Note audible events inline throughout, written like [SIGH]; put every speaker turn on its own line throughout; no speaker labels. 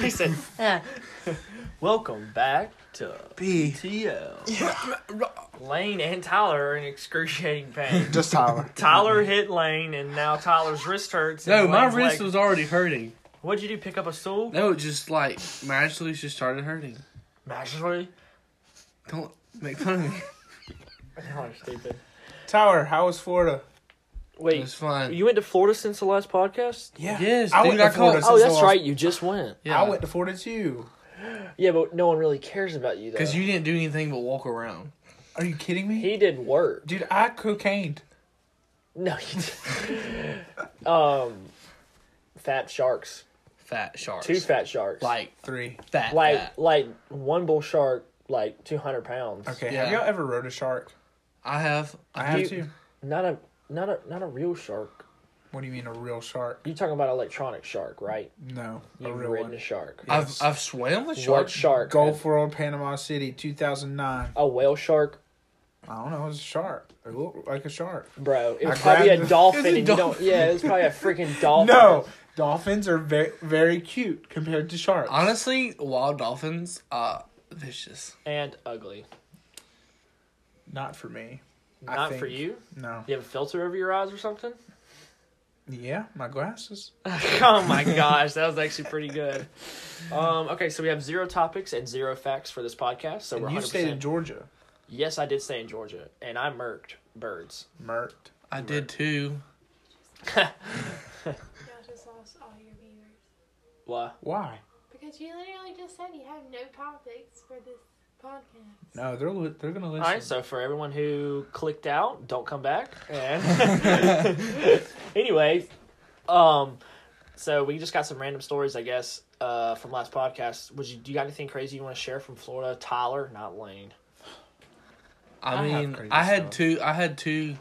he said, "Ah, "Welcome back to
B.
TL." Lane and Tyler are in excruciating pain.
[LAUGHS]
Just Tyler.
Tyler hit Lane, and now Tyler's wrist hurts. and
No, my
Lane's
wrist
like,
was already hurting.
What'd you do? Pick up a stool?
No, it just like magically just started hurting.
[LAUGHS]
Magically?
Don't make fun of me.
Oh,
Y'all are stupid.
Tyler, how was Florida?
It
Wait,
was fun.
you went to Florida since the last podcast?
Yeah.
Yes,
I
dude,
went to
I called-
Florida.
Oh,
since the
that's
last-
right. You just went.
yeah,
I went to Florida too.
Yeah, but no one really cares about you though.
because you didn't do anything but walk around.
Are you kidding me?
he did work. [LAUGHS]
Dude, I cocained.
No, you didn't. um, fat sharks.
Fat sharks.
Two fat sharks.
Like
Three.
fat.
[LAUGHS] like
fat.
like one bull shark like 200 pounds
Okay,
Yeah.
have y'all ever rode a shark?
I have.
I have
You-
too.
not a not a not a real shark
What do you mean a real shark?
you're talking about electronic shark right
No, a
you've
real
ridden
one.
a shark
I've
Yes.
I've swam with
shark
sharks.
shark
Gulf World, Panama City, 2009.
a whale shark
I don't know. It was a shark. It looked like a shark.
bro it was
I
probably
grabbed
a
[LAUGHS] it.
dolphin
It was a
and you don't
dolphin.
yeah it was probably a
[LAUGHS]
freaking dolphin
No, dolphins are very, very cute compared to sharks.
Honestly, wild dolphins are vicious.
and ugly
Not for me. I
not for
think.
you
No.
you have a filter over your eyes or something
Yeah, my glasses.
[LAUGHS] oh my gosh that was actually pretty good um okay so we have zero topics and zero facts for this podcast so we're
And
100%
you stayed in Georgia.
yes i did stay in georgia and i murked birds
Mert.
I did too.
Y'all just lost all your viewers.
why
Why?
Because you literally just said you have no topics for this podcast.
No, they're li- they're gonna listen.
All right, so for everyone who clicked out, don't come back. And [LAUGHS] anyway, um, so we just got some random stories, I guess, uh, from last podcast. Would you do you got anything crazy you want to share from Florida? Tyler, not Lane.
I
I have
mean,
crazy
I, had
stuff.
two. I had two,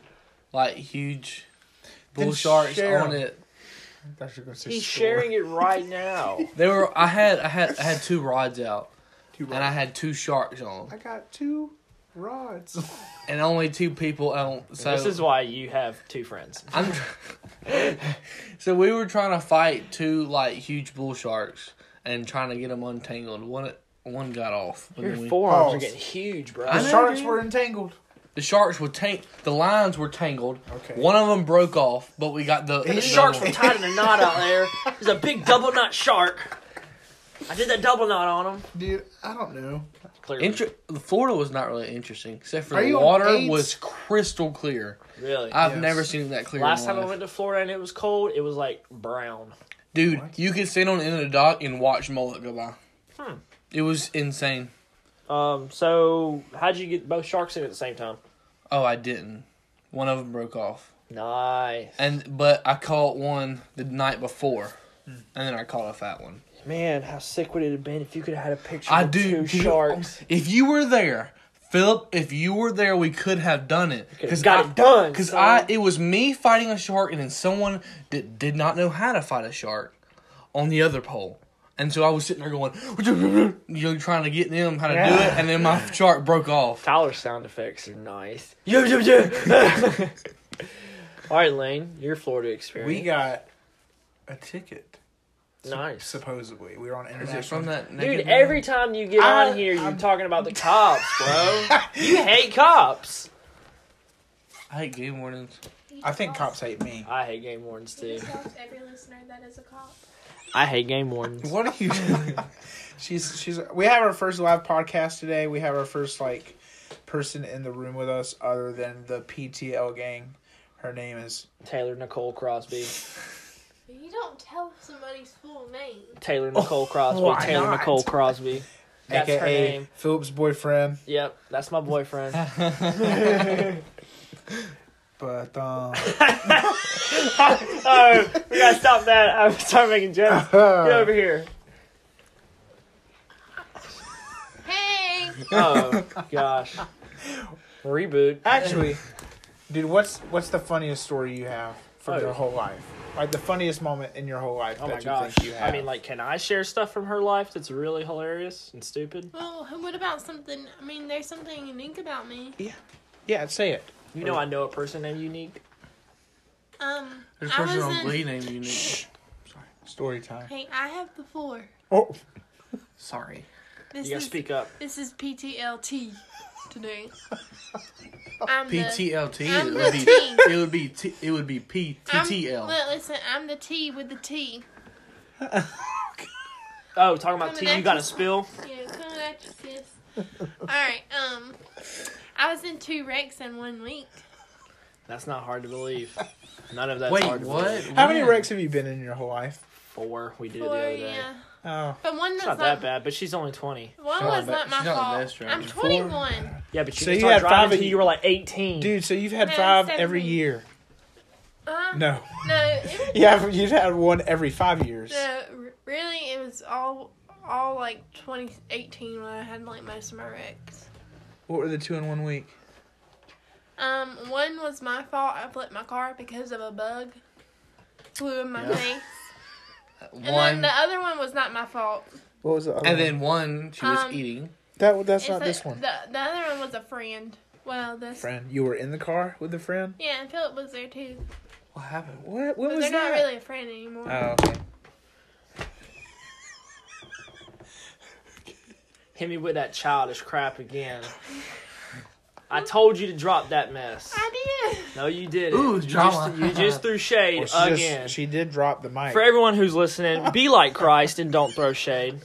like huge, bull
Then
sharks
share
on
'em.
it.
That's your gonna say
He's
story.
sharing it [LAUGHS] right now.
They were. I had. I had. I had two rods out,
Two
and I
rods.
had two sharks on,
I got two rods.
and only two people on. So
this is why you have two friends.
I'm. [LAUGHS] so we were trying to fight two like huge bull sharks and trying to get them untangled. One one got off. but
Your
then we-
forearms are
Pause.
getting huge, bro.
[LAUGHS] I
The
know,
sharks
dude.
were entangled.
the sharks were tank. The lines were tangled.
Okay.
One of them broke off, but we got the.
The
the
sharks
other
were
one.
tied in a knot out [LAUGHS] there. There's a big double knot shark. I did that double knot on him.
Dude, I don't know.
Clearly,
Inter- Florida was not really interesting, except for
Are
the
you on
water
AIDS?
was crystal clear.
really.
I've
Yes.
never seen that clear.
Last
in
time
my
I
life.
went to Florida and it was cold, it was like brown.
dude,
What?
you could stand on the end of the dock and watch mullet go by.
Hmm.
It was insane.
Um, so how'd you get both sharks in at the same time?
Oh, I didn't. One of them broke off,
Nice,
and but I caught one the night before,
Hmm.
and then I caught a fat one.
man. How sick would it have been if you could have had a picture
I
of
do.
two [LAUGHS] sharks?
If you were there, Philip, if you were there, we could have done it.
Could've got it done,
Because
son.
I, it was me fighting a shark, and then someone that did not know how to fight a shark on the other pole. And so I was sitting there going, [LAUGHS] you know, trying to get them how to do it, and then my shark broke off.
Tyler's sound effects are [LAUGHS] nice. Yeah, yeah, yeah. All right, Lane, your Florida experience.
We got a ticket.
nice.
Supposedly, we were on
Is
international.
it from that?
Dude,
naked man?
every time you get
I-
on here, you're
I'm-
talking about the cops,
[LAUGHS]
bro. you hate cops.
I hate game warnings.
You
I think
just
cops
lost-
hate me.
I hate game wardens
[LAUGHS]
You
too.
just lost every listener that is a cop.
I hate game wardens.
[LAUGHS] What are
[LAUGHS]
you doing?
She's she's. We have our first live podcast today. We have our first like person in the room with us, other than the PTL gang. Her name is
Taylor Nicole Crosby.
But you don't tell somebody's full name.
Taylor
Oh,
Nicole Crosby.
why
Taylor
not?
Nicole Crosby. That's her
AKA
name.
Philip's boyfriend.
Yep, that's my
[LAUGHS]
boyfriend. [LAUGHS]
But
[LAUGHS]
um, [LAUGHS]
oh, we gotta stop that. I'm start making jokes. Get over here.
Hey!
Oh gosh. Reboot.
actually, dude, what's what's the funniest story you have from
Oh.
your whole life? Like the funniest moment in your whole life
Oh
that
my
you
gosh.
think you have.
I mean, like, can I share stuff from her life that's really hilarious and stupid?
Well, what about something? I mean, there's something unique about me.
yeah, say it.
You know, I know a person named Unique.
Um,
There's a
I
person
was
on
in,
Glee named Unique.
Shh. Story time.
Hey, I have the floor.
Oh,
Sorry.
This
You gotta
is
speak up.
this is PTLT today.
[LAUGHS]
I'm the-
PTLT.
I'm
It
the
would be.
T.
It would be. T, it would be
I'm-
PTTL.
Look, listen, I'm the T with the T.
Oh, talking about
Coming
tea, you
at
got
you.
a spill.
Yeah, coming at you, sis. All right. Um, I was in two wrecks in one week.
That's not hard to believe. None of that's
Wait,
hard to
what?
believe.
how many
When?
wrecks have you been in your whole life?
Four. We did it
Or
the other day.
yeah,
Oh,
but one
It's
was
not
not
that bad, but she's only twenty.
One
She's not
was
the-
not my
she's not the best
fault.
driver.
I'm
Four?
21.
Yeah, but you
So
can
you
start
had
driving
five
until
of-
you were like eighteen.
dude, so you've had
No,
five
seven.
every year.
Uh,
No, [LAUGHS]
No, it was,
yeah, you've had one every five years.
no, r- really, it was all all like 2018 when I had like most of my wrecks.
What were the two in one week?
Um, one was my fault. I flipped my car because of a bug. Flew in my
Yeah.
face. And then
One.
the other one was not my fault.
What was the other
And
one?
then one. She was
Um,
eating.
that that's
It's
not
the-
this one.
The, the other one was a friend. Well, this.
Friend, you were in the car with a friend.
Yeah, and Philip was there too.
What happened?
What? What
But
was
they're
that?
not really a friend anymore.
Oh, okay.
Hit me with that childish crap again. I told you to drop that mess.
I did.
No, you didn't.
Ooh,
you
drama.
Just, you just threw shade
Well, she just-
again.
she did drop the mic.
For everyone who's listening, be like Christ and don't throw shade.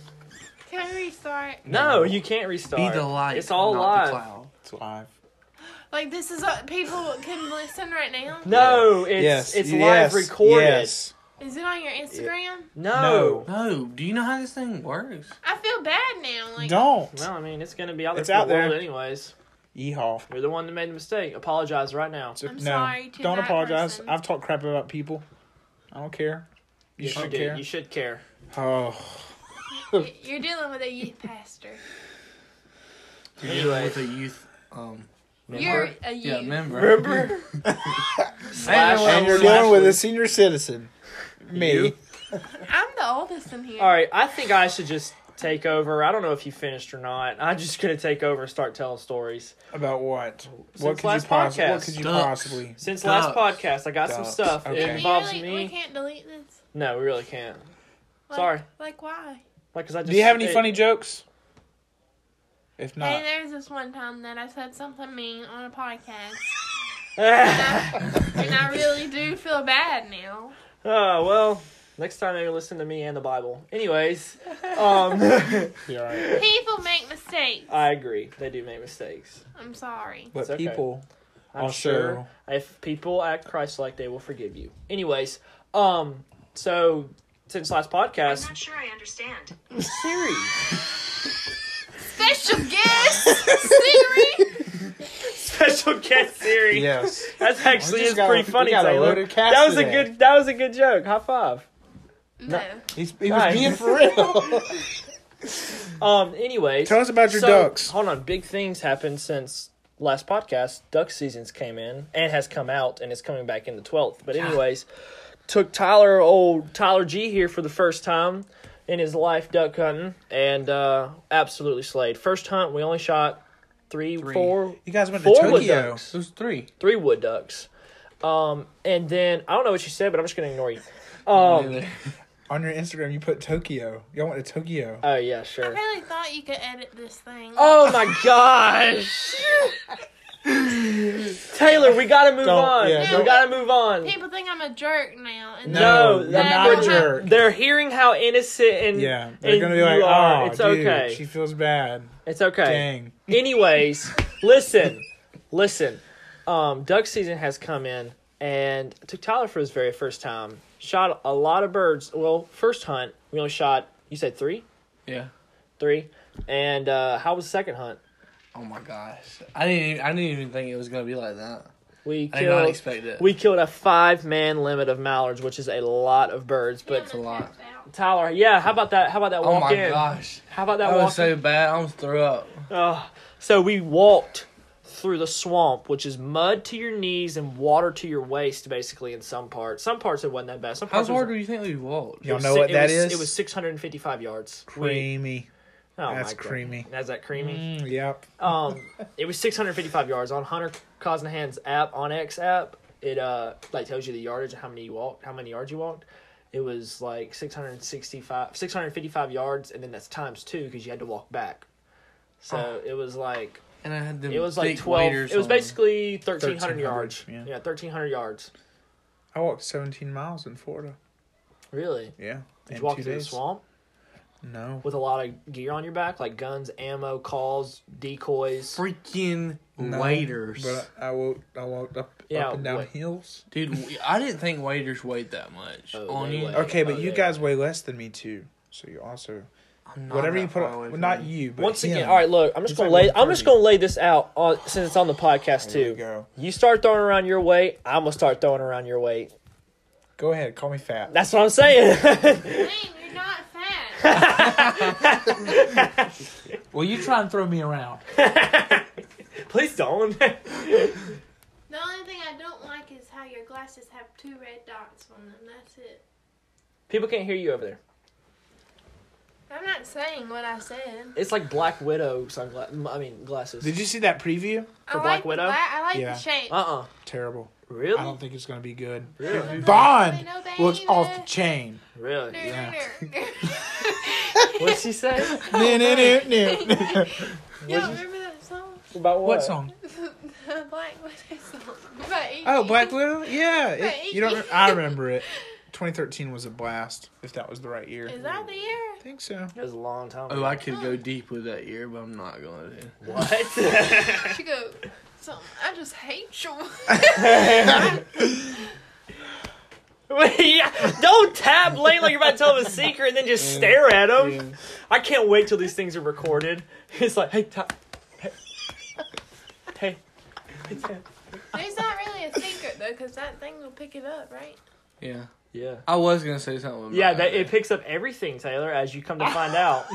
Can we restart?
No, you can't restart.
Be the light.
It's all
not
live.
The cloud.
It's live.
Like this is uh, people can listen right now.
No, it's it's live recorded.
Yes.
Is it on your Instagram?
No.
No.
no.
No. Do you know how this thing works?
I feel bad now. Like
Don't.
I mean it's gonna be out there
It's
for
out
the world
there.
anyways.
Yeehaw.
You're the one that made the mistake. Apologize right now.
So-
I'm sorry to
Don't
that
apologize.
person.
I've talked crap about people. I don't care. You
You
should
should
care.
do. You should care.
Oh.
y- you're dealing with a youth pastor.
You're dealing
Anyway.
with a youth. Um.
You're a youth.
Yeah, member.
Remember? Slash-
Hey,
And you're
slash-
dealing with a senior citizen. Me.
You?
I'm the oldest in here.
All right, I think I should just take over. I don't know if you finished or not. I'm just gonna take over and start telling stories.
About what?
Since last
possi- What
podcast.
could you
Ducks.
possibly?
Since last
Ducks.
podcast, I got some
Ducks,
stuff.
okay.
It
Can you
involves
really-
me.
We can't delete this.
no, we really can't.
Like,
Sorry.
Like why?
Like, 'cause I just,
Do you have any
it-
funny jokes? If
Hey,
not,
there's this one time that I said something mean on a podcast,
[LAUGHS] oh
and I really do feel
[LAUGHS]
bad now.
Oh, well. Next time, maybe listen to me and the Bible. Anyways,
[LAUGHS]
um, [LAUGHS]
you're all right.
People make mistakes.
I agree. They do make mistakes.
I'm sorry.
But
It's okay.
people
I'm
also.
sure if people act Christ-like, they will forgive you. Anyways, um, so since last
I'm
podcast, [LAUGHS]
not sure I understand.
Siri,
Special guest
[LAUGHS]
Siri.
special guest Siri.
Yes.
That's actually
We
is
just got
pretty
a- we
funny,
got a
Taylor.
loaded cast
That was
today.
a good. That was a good joke. High five.
No.
He's, he was
Nice.
being for real.
Um. Anyways,
Tell us about your
so-
ducks.
Hold on. Big things happened since last podcast. Duck seasons came in and has come out and is coming back in the twelfth. But anyways, took Tyler old Tyler G here for the first time in his life duck hunting and uh absolutely slayed. First hunt we only shot three,
Three.
four,
You guys went to
Four wood
Tokyo.
ducks.
There's three.
three wood ducks. Um, and then I don't know what you said, but I'm just gonna ignore you. Um,
On your Instagram, you put Tokyo. Y'all went to Tokyo.
oh yeah,
I
sure.
really thought you could edit this thing.
Oh my gosh. Taylor, we gotta move
Don't-
on.
yeah,
we
don't-
gotta move on.
People think I'm a jerk now. And
No,
you're
that-
not a
that-
jerk.
They're hearing how innocent and
Yeah, they're
and
gonna be like,
you are.
"Oh,
it's
dude,
okay.
she feels bad."
It's okay.
Dang.
Anyways, listen, listen. Um, duck season has come in, and I took Tyler for his very first time. Shot a lot of birds. Well, first hunt we only shot. You said three,
Yeah.
three, and uh, how was the second hunt?
Oh my gosh. I didn't. Even, I didn't even think it was gonna be like that.
We
I did not
killed.
expect it.
We killed a five man limit of mallards, which is a lot of birds. But
It's
a lot.
Tyler, yeah, how about that? How about that
oh
walk
my
in?
gosh.
How about that
That
walk
was so bad. I almost threw up.
Ugh. so we walked through the swamp, which is mud to your knees and water to your waist, basically in some parts. Some parts it wasn't that bad. Some
How
parts it was-
hard do you think we walked?
it
Y'all
was
know
si-
what
it
that
was-
is?
It was 655 yards. We-
creamy.
oh my
That's
God.
creamy.
That's that creamy.
Mm, yep.
Um, it was 655 yards on Hunter Cosnahan's app on X app. It uh like tells you the yardage and how many you walked, how many yards you walked. it was like 665 655 yards and then that's times 2 cuz you had to walk back. So it was like
And I had them
it was like
thick
12
waders
it was
on.
basically 1300
1300,
yards.
yeah.
yeah, 1300 yards.
I walked 17 miles in Florida.
Really?
Yeah.
Did
in
you walk
two
through the
days.
swamp
No.
with a lot of gear on your back, like guns, ammo, calls, decoys?
freaking
No,
waders.
But I walked. I walked up,
Yeah,
up and down
wait.
hills.
Dude, w- I didn't think waders weighed that much.
Oh,
on
they
you.
weigh.
Okay, but
Oh,
you
yeah,
guys weigh less than me too. So you also
I'm not
whatever
that
you put
far
up.
away
Well,
from
not
you.
you, but
Once again,
him.
all right. Look, I'm just
He's
gonna
like
lay. I'm just
130.
gonna lay this out on, since it's on the podcast
There you
too.
go.
You start throwing around your weight, I'm gonna start throwing around your weight.
Go ahead, call me fat.
That's what I'm saying. [LAUGHS]
Lane, you're not fat.
well, you try and throw me around.
Please don't.
the only thing I don't like is how your glasses have two red dots on them. That's it.
[LAUGHS] People can't hear you over there.
I'm not saying what I said.
It's like Black Widow sunglasses. I mean glasses.
Did you see that preview?
I
For Black
like the
Widow?
gla- I like
Yeah.
the shape.
Uh uh
Terrible. I
Really?
don't think it's gonna be good. [LAUGHS]
Really?
Bond
No,
looks
baby.
off the
[LAUGHS]
chain.
Really?
You
[LAUGHS] What'd she say?
[LAUGHS]
Oh,
No, no, no, no.
[LAUGHS] don't remember that song? [LAUGHS]
About
What song?
the Black Widow song. By Iggy.
Oh, Black Widow. Yeah,
Right.
it, you don't. I remember it. 2013 was a blast. If that was the right year.
[LAUGHS] Is that the
I
year?
think so.
It was a long time.
Oh,
ago.
I could go deep with that ear, but I'm not going to.
What? [LAUGHS]
[LAUGHS]
She go. Something. I just hate you. [LAUGHS]
yeah, don't tap Lane like you're about to tell him a secret and then just stare at him. I can't wait till these things are recorded. [LAUGHS] It's like, hey, tap. Hey. hey. Hey.
There's not really a secret though, because that thing will pick it up, right?
Yeah.
Yeah.
I was going to say something. about
Yeah, that,
it.
it picks up everything, Taylor, as you come to find [LAUGHS] out.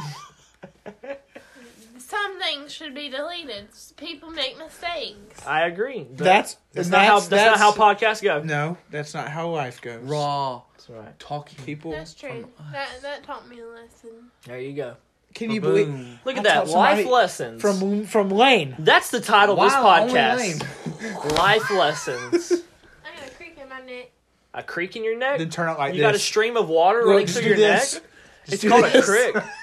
Some things should be deleted. People make mistakes.
I agree. But
That's
that's,
that's
not how that's, not how podcasts go.
No, that's not how life goes.
raw
That's right.
talking.
people.
That's true. That that taught me a lesson.
There you go.
Can you
Boom.
believe
Look
I
at
taught
that.
somebody
Life lessons.
from from Lane?
that's the title
Wow,
of
only
this podcast. [LAUGHS] Life lessons.
I got a creek in my neck.
A creek in your neck.
Then turn it like
you
this.
got a stream of water running
just
through
do
your
this.
neck.
Just
it's
do
called a
this.
crick.
A creek.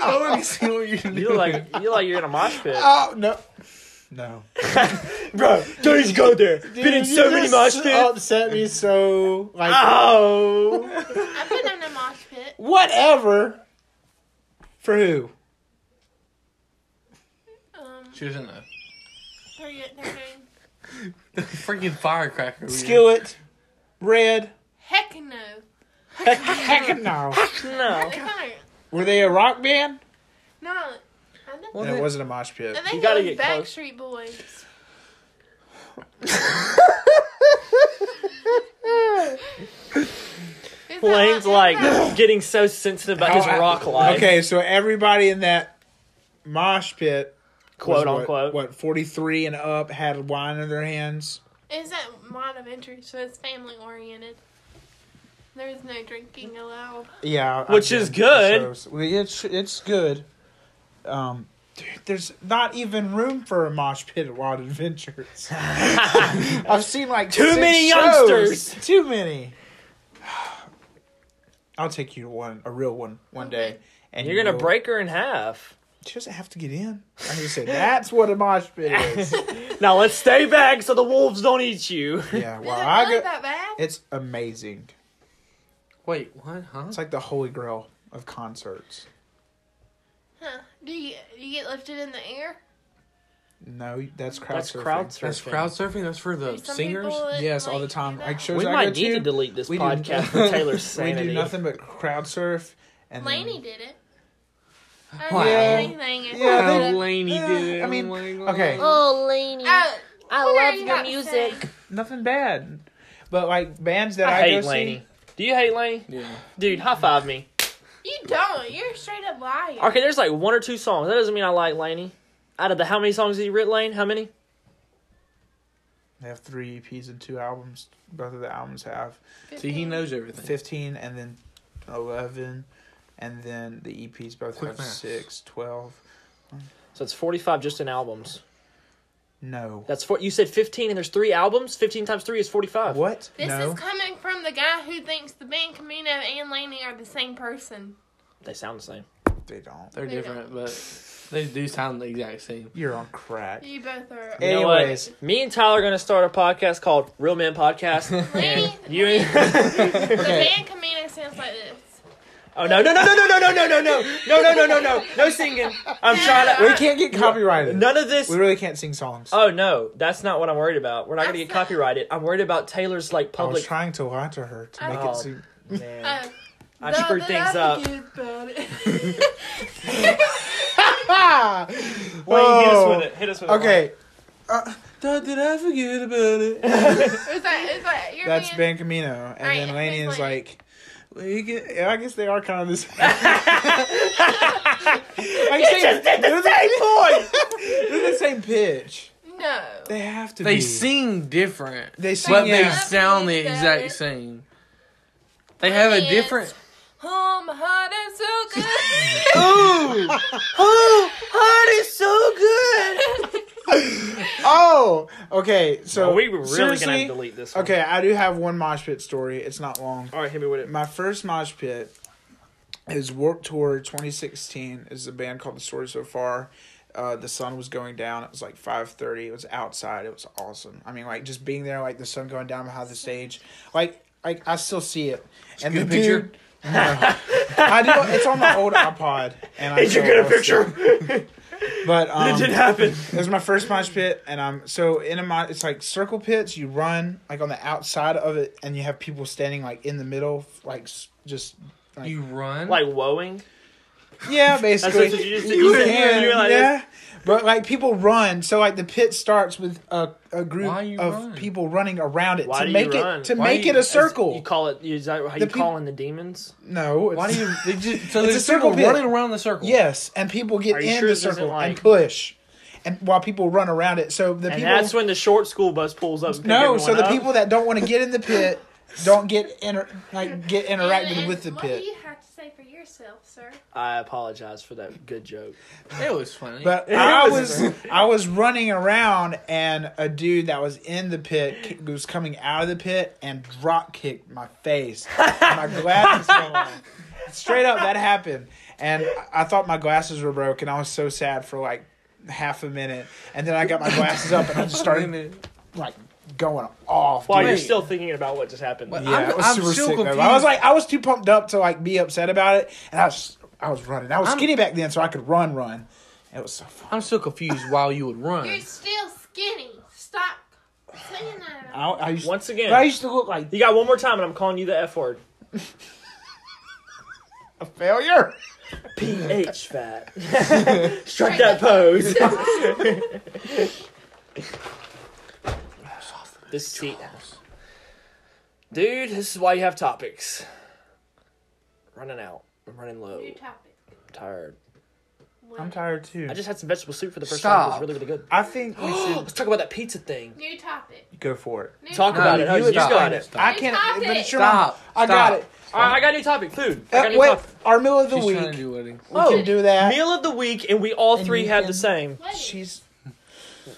Oh, let me see what you
You
[LAUGHS]
look like you look like you're in a mosh pit.
Oh no, no.
Bro, don't even go there. Been in so many mosh pits.
Upset me so like
Oh.
[LAUGHS]
I've been in a mosh pit.
whatever. For who?
Um,
She was in a
for your name.
freaking firecracker.
Skillet, Red.
Heck no.
Heck no.
No.
They kinda-
Were they a rock band?
No. I don't-
No, it wasn't a mosh pit.
I
[LAUGHS]
think
gotta
it was
get close.
Backstreet Boys. Is that
Lane's
not-
like
is
[LAUGHS]
that-
getting so sensitive about his
How I-
rock life.
Okay, so everybody in that mosh pit, was
Quote
what-
unquote.
what forty three and up had wine in their hands.
is that mod of entry? So it's family oriented. There is no drinking allowed.
Yeah, I-
Which
I
is
did.
good.
So, it's it's good. Um, dude, there's not even room for a mosh pit at
[LAUGHS]
Wild Adventures. I've seen like
Too
six
many
shows.
youngsters.
Too many. I'll take you to one, a real one, one day. And
You're gonna
you'll-
break her in half.
She doesn't have to get in. I just said that's what a mosh
[LAUGHS]
pit is.
Now let's stay back so the wolves don't eat you.
yeah, well,
is it
I
really
go.
that bad?
It's amazing.
Wait, what? Huh?
It's like the holy grail of concerts.
Huh. Do you do you get lifted in the air?
No, that's crowd
That's
surfing.
crowd surfing.
That's crowd surfing. That's for the
There's some
singers.
people that,
Yes, all the
like,
time.
do
Like
that.
shows
We
I
might
go
need to delete this
we do- [LAUGHS]
podcast for Taylor's sanity.
We do nothing but crowd surf. And then-
Laney did it. I
Wow.
didn't do anything. Oh,
Yeah, they-
How Laney
Yeah,
did it.
I mean,
Oh my God.
okay.
Oh, Laney.
Oh,
I
what are
love
you
your
about to
music.
say?
nothing bad. But like bands that
I,
I,
hate
go
Laney. Do you hate Laney?
Yeah.
Dude, high five me.
You don't. You're a straight up liar.
Okay, there's like one or two songs. That doesn't mean I like Laney. Out of the how many songs did he write, Lane? How many?
see, they have three EPs and two albums. Both of the albums have
See, he knows everything.
fifteen and then eleven, and then the EPs both
Quick
have
math.
six, twelve.
So it's 45 just in albums.
No.
That's four. You said fifteen, and there's three albums. Fifteen times three is forty-five.
What?
This
no.
is coming from the guy who thinks the band Camino and Laney are the same person.
They sound the same.
they don't.
They're different, but they do sound the exact same.
You're on crack.
You both are.
Hey.
You know what?
Anyways.
me and Tyler are gonna start a podcast called Real Men
[LAUGHS]
Podcast.
Laney,
you and [LAUGHS]
the band Camino sounds like this.
oh no no no no no no no no no no no no no no no no singing. I'm trying to.
We can't get copyrighted.
None of this.
We really can't sing songs.
Oh no, that's not what I'm worried about. We're not gonna get
That's not-
copyrighted. I'm worried about Taylor's like
I was
public.
trying to lie to her to make
Oh. [LAUGHS]
it seem.
Man,
Uh,
I screwed things up. [LAUGHS]
Ah!
Wayne, hit us
Whoa.
with it. Hit us with it.
Okay. Uh, did I forget about it?
[LAUGHS]
It's like, it's like, you're
That's
being-
Ben Camino, and
All right,
then Laney
who's
is
Laney?
like, well, you get, yeah, I guess they are kind of the
[LAUGHS]
same. I
just did the
they're the same [LAUGHS] They're the same pitch.
No.
They have to.
They
be.
sing different,
They
but
sing.
they
Yeah.
sound the exact same. They have a
Yes. [LAUGHS]
different.
Oh, my heart is so
[LAUGHS]
Oh, oh, heart is so good.
Oh, okay. So
Oh, we were really gonna have
seriously,
to delete this. One.
Okay, I do have one mosh pit story. It's not long.
All right, hit me with it.
My first mosh pit is Warp Tour 2016. Is a band called The Story So Far. Uh, the sun was going down. It was like 5:30. It was outside. It was awesome. I mean, like just being there, like the sun going down behind the stage, like like I still see it. And
get a picture?
dude- [LAUGHS] No. I do. It's on my old iPod. And I
Did you
still-
get a
I'll see it.
picture? [LAUGHS] it
But um,
did happen.
it was my first mosh pit, and I'm so in a mosh. It's like circle pits. You run like on the outside of it, and you have people standing like in the middle, like s- just like
You run
Like woeing.
yeah, basically.
That's what you just did. You said- [LAUGHS] you were like this.
yeah. But like people run, so like the pit starts with a, a group
Why you
of
run?
people running around it
Why
to
do you
make it
run?
to
Why
make
you-
it a
as-
circle.
You call it? Is that how
The
you
peop-
call in the demons?
no, it's,
Why do you? They just, so
It's
there's
a circle
people
pit.
running around the circle.
yes, and people get
Are you
in
sure
the
this isn't
circle and
like-
push, and while people run around it, so the
And
people
that's when the short school bus pulls up. to pick
No, so
everyone
the
up.
people that don't want to get in
[LAUGHS]
the pit don't get inter- like get
good.
interacted
And
with the
What do
pit.
you have to say for yourself, sir?
I apologize for that good joke.
it was funny.
[LAUGHS]
But I was I was running around and a dude that was in the pit ki- was coming out of the pit and drop kicked my
[LAUGHS]
face. And my glasses fell off. Straight up, that happened, and I- I thought my glasses were broken. I was so sad for like half a minute, and then I got my glasses up and I just started like going off.
While
dude.
you're
Wait.
still thinking about what just happened.
What?
Yeah,
I'm-
i was
I'm
super
still
sick. though.
confused.
I was like, I was too pumped up to like be upset about it, and I was, I was running. I was
I'm-
skinny back then, so I could run, run. It was so fun.
I'm still confused. Why you would
You're
run?
still skinny. Stop saying that.
I, I used,
Once
but
again,
I used to look like
you got one more time, and I'm calling you the F word.
a failure.
H fat. [LAUGHS] Strike that [LAUGHS] pose. this seat. Dude, this is why you have topics. Running out. I'm running low.
New
I'm
topic.
tired.
What?
I'm tired too.
I just had some vegetable soup for the first
Stop.
time. It was really, really good.
I think we
[GASPS]
should
Let's talk about that pizza thing.
New topic.
go for it.
New
Talk
topic.
about it.
you
No, you
stop.
got it.
I
You
can't,
got
but
it.
it's your
Stop.
mom. I got
Stop.
it.
All right, I got a new topic. Food. I
Uh,
got a new
wait,
topic.
our meal of the
She's trying to
week.
do wedding.
We
Oh.
can do that.
Meal of the week, and we all
And
three
you
had
can-
the same.
What?
She's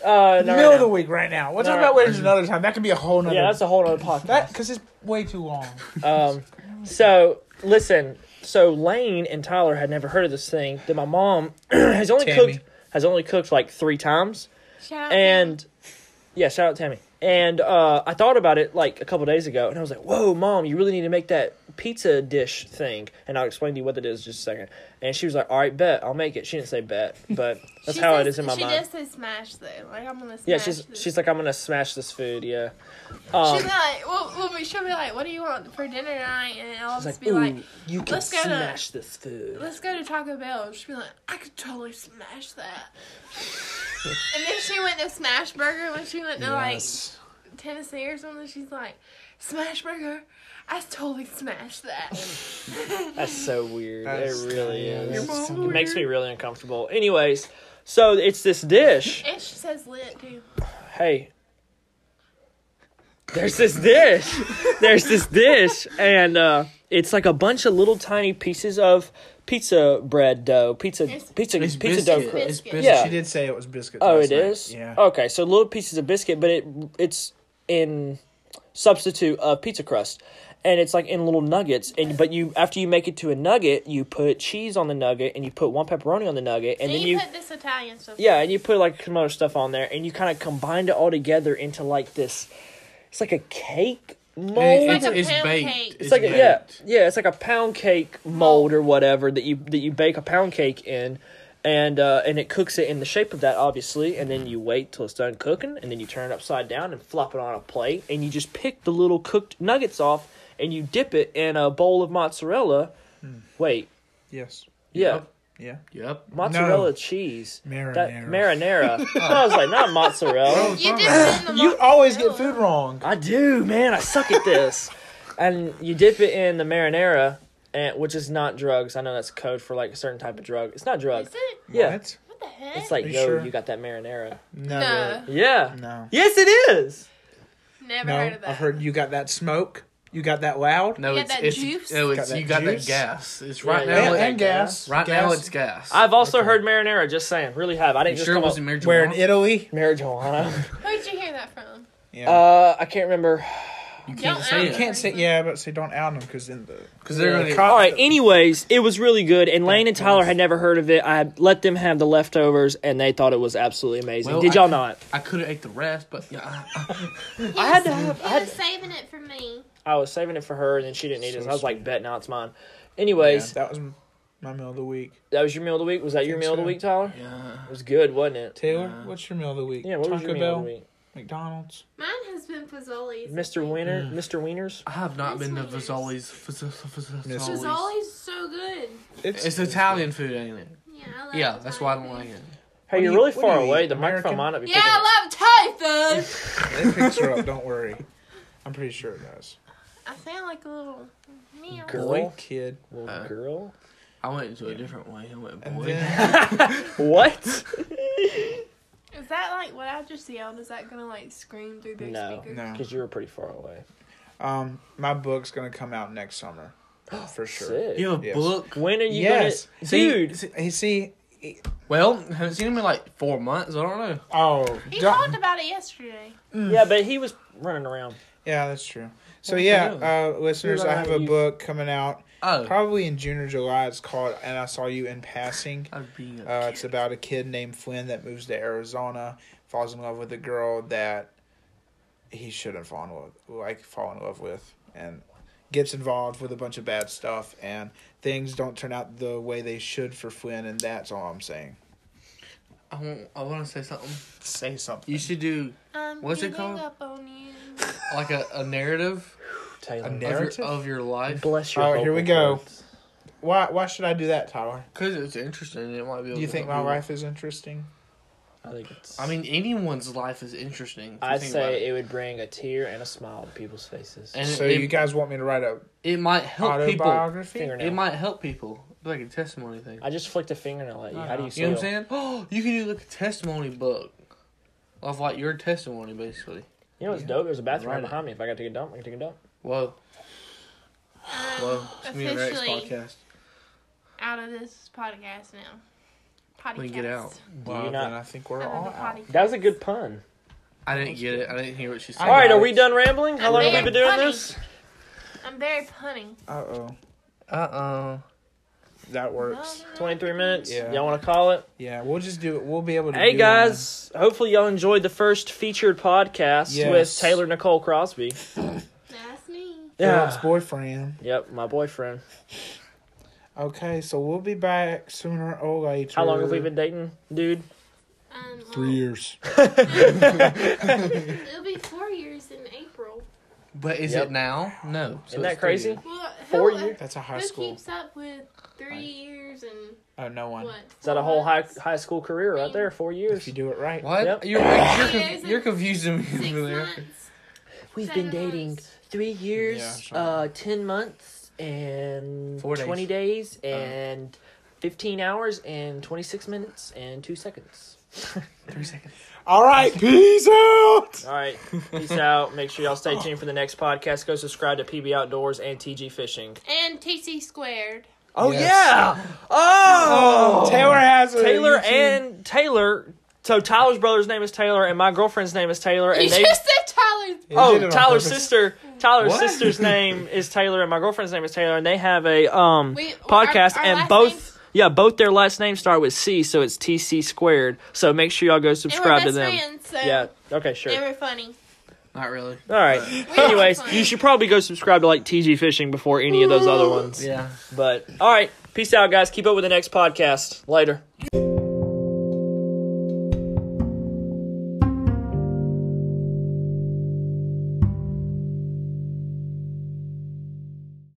Uh, no,
meal
right
of
now.
the week right now. We'll talk
No,
about
no.
weddings another time. That could be a whole nother.
Yeah, that's a whole other podcast.
[LAUGHS] that because it's way too long.
Um, so listen, so Lane and Tyler had never heard of this thing that my mom [CLEARS THROAT] has only
Tammy.
cooked has only cooked like three times,
Shout out
and yeah, shout out Tammy. And uh, I thought about it like a couple days ago, and I was like, "Whoa, mom, you really need to make that pizza dish thing." And I'll explain to you what it is in just a second. And she was like, "All right, bet I'll make it." She didn't say bet,
[LAUGHS]
but that's
She
how it
says-
is in my
she
mind.
She does say smash though. Like I'm gonna smash.
yeah, she's
this.
she's like, "I'm gonna smash this food." Yeah. Um,
she's like, well, we'll be, she'll be like, what do you want for dinner tonight? And I'll
she's
just
like,
be like,
"Ooh, you can
"Let's go to-
smash this food."
let's go to Taco Bell. And she'll be like, I could totally smash that. and then she went to Smash Burger when she went to like Tennessee or something. She's like, Smash Burger, I totally smashed
[LAUGHS]
that.
That's so weird.
That's-
it really
yeah,
is.
that's
It makes me really uncomfortable. Anyways, so it's this dish.
and she says lit too.
Hey. There's this dish. There's this dish. And uh, it's like a bunch of little tiny pieces of pizza bread dough, pizza
It's-
pizza
It's
pizza
biscuit.
dough.
It's
cr-
biscuit.
It's biscuit.
Yeah.
She did say it was biscuit.
Oh,
last
it
night.
is.
Yeah.
Okay, so little pieces of biscuit, but it it's in substitute of pizza crust, and it's like in little nuggets. And but you after you make it to a nugget, you put cheese on the nugget, and you put one pepperoni on the nugget, and
And
then
you,
you.
put this Italian stuff.
yeah, and you put like some other stuff on there, and you kind of combined it all together into like this. It's like a cake mold.
like
It's,
a
it's
pound
baked.
cake. It's
It's like a,
baked.
yeah, yeah. It's like a pound cake mold or whatever that you that you bake a pound cake in, and uh, and it cooks it in the shape of that obviously, and then you wait till it's done cooking, and then you turn it upside down and flop it on a plate, and you just pick the little cooked nuggets off, and you dip it in a bowl of mozzarella. Wait,
Yes.
yeah,
Yep.
Yeah.
Yep.
mozzarella
No.
cheese, That-
Marinara.
marinara. I was like, not mozzarella.
You just send them
You
all-
always get food wrong.
I do, man. I suck at
[LAUGHS]
this. and you dip it in the marinara, and, which is not drugs. I know that's code for like a certain type of drug. It's not drug.
Is it?
yeah,
What?
What the heck?
it's like uh,
Are you
yo,
sure?
you got that marinara.
No.
no,
Yeah.
No.
Yes, it is.
never
No.
heard of that.
I've heard you got that smoke. You got that loud.
No,
You
it's
got that
it's
juice?
no, it's
Got that
you got
juice?
that gas. It's right
Yeah,
now.
and,
yeah.
it-
and gas.
Right now,
Gas.
it's gas.
I've also heard marinara. Just saying, really have. I
You
didn't just
sure it
come up
wasn't marijuana?
We're in Italy.
marijuana.
Where'd you hear that from?
Yeah.
uh, I can't remember.
You
Don't
can't say
out
it.
me.
Can't say yeah, but say don't out them because then the
because they're gonna.
cop-
All right. Anyways, it was really good, and Lane and Tyler had never heard of it. I let them have the leftovers, and they thought it was absolutely amazing.
Well,
Did
I-
y'all not?
I could have ate the rest, but yeah,
I had to have. I
You
had
was saving it for me.
I was saving it for her, and then she didn't need it.
So
So I was like,
sweet.
bet now it's mine.
yeah,
Anyways,
that was my meal of the week.
that was your meal of the week. Was that your
Think
meal of the
so.
week, Tyler?
yeah.
It was good, wasn't it?
Taylor,
Uh,
what's your meal of the week?
Yeah, what
Taco
was your meal
Bell,
of the week?
McDonald's.
Mine has been Fazoli's.
Mr. Wiener,
Mm.
Mr. Wieners.
I have not
That's
been to
what it is.
Fazoli's. Faz- Faz-
Miss-
Fazoli's.
Fazoli's so good.
It's Italian food, ain't it?
Yeah, I love
Yeah, that's why I don't
Thai
like
food.
it.
Hey,
do
you're
you-
really
what
far
do you
away.
eat,
The microphone
American?
might not be
Yeah,
picking up.
I love Thai food.
It picks her up. Don't worry. I'm pretty sure it
[LAUGHS]
does.
I sound like a little meow.
Girl.
Boy, kid,
Little
Uh,
girl.
[LAUGHS]
I went to a different way. I went
and
boy.
then [LAUGHS]
What?
Is that like what I just yelled? Is that gonna like scream through their
No.
speakers?
No.
Because you were pretty far away.
um, my book's gonna come out next summer
[GASPS]
for sure.
Sick.
[LAUGHS] you have a
Yes.
book.
When are you
Yes,
gonna,
See-
dude?
see- He see.
Well, haven't seen him in like four months. I don't know.
Oh,
He
don't-
talked about it yesterday.
mm.
Yeah, but he was running around.
yeah, that's true. So
Well,
yeah, uh, listeners,
You're
I
right,
have a
you-
book coming out
Oh,
probably in June or July. It's called "And I Saw You in Passing."
I'd be. a-
Uh, it's about a kid named Flynn that moves to Arizona, falls in love with a girl that he shouldn't fall in love, like fall in love with, and gets involved with a bunch of bad stuff, and things don't turn out the way they should for Flynn, and that's all I'm saying.
I want. I want to say something.
Say something.
You should do
Um,
What's it called?
Up on you.
like a, a narrative,
Taylor.
A
of your-
Narrative?
of your life
Bless your.
All right, here we
vocal
go.
cords.
Why? Why should I do that, Tyler?
because it's interesting. and It might be. able
Do you
to
think
help
my life is interesting?
I think it's.
I mean, anyone's life is interesting. if you
I'd
think about
say
it.
it would bring a tear and a smile to people's faces.
And
So
it,
you guys want me to write a
it might help people.
autobiography?
Fingernail.
It might help people. It's Like a testimony thing.
I just flicked a fingernail at you.
Uh-huh.
How do you
You know
feel?
what I'm saying? [GASPS] Oh, you can do like a testimony book of like your testimony, basically.
You know what's dope? There's a bathroom right
Right.
behind me. If I got to take a dump, I can take a dump.
Whoa,
Um, [GASPS]
whoa! It's me and Eric's
officially
podcast.
out of this podcast now. Podcast.
We can get out.
Well,
you not-
then I think we're
Out of
all
the
out.
potty.
That was a good pun.
I didn't get it. I didn't hear what she said.
All right,
got
are
it.
we done rambling? How
I'm
long have we
very
been doing
punny.
this?
I'm very punning.
Uh oh,
Uh oh.
that works.
Twenty-three minutes.
Yeah.
Y'all want to call it?
Yeah, we'll just do it. We'll be able to.
Hey
do
guys, hopefully y'all enjoyed the first featured podcast with
Yes.
Taylor Nicole Crosby.
That's me.
one. Philip's
Yeah.
boyfriend.
Yep, my boyfriend.
Okay, so we'll be back sooner or later.
How long have we been dating,
[LAUGHS]
dude? [LAUGHS]
Um, well,
years.
It'll be four years in April.
But is
Yep.
it now? No. So
Isn't that
it's three
crazy?
years.
Well,
Four
who,
years?
That's a high
Who
school.
keeps up with three years and
Oh, no one.
what?
Is that a whole high high school career right there? Four
If
years.
you do it right.
What?
Yep.
You're, you're,
Three
conf-
years
you're
and
confusing me
Six
over there.
months.
We've
Seven
been dating
months.
three
Yeah,
years,
something.
uh, ten months, and
Four days.
twenty days, Uh-huh. and fifteen hours, and twenty six minutes, and two seconds.
Three seconds.
All right, peace out.
All right. Peace out. Make sure y'all stay tuned for the next podcast. Go subscribe to PB Outdoors and TG Fishing.
And TC squared.
Oh,
Yes.
yeah. Oh.
Taylor has a
Taylor
YouTube-
and Taylor. So Tyler's brother's name is Taylor, and my girlfriend's name is Taylor, and
[LAUGHS] You
they.
just said Tyler's.
He did it
Oh,
on
Tyler's
purpose.
sister. Tyler's
What?
sister's name is Taylor, and my girlfriend's name is Taylor, and they have a um
We- our-
podcast,
our
and
last
both
names-
yeah, both their last names start with C, so it's TC squared. So make sure y'all go
And we're
subscribe
best
to them.
friends, so
Yeah. Okay. Sure.
and we're funny.
Not really.
All right.
[LAUGHS] We're
Anyways,
funny.
you should probably go subscribe to like TG Fishing before any of those other ones.
Yeah.
But all right, peace out, guys. Keep up with the next podcast. Later.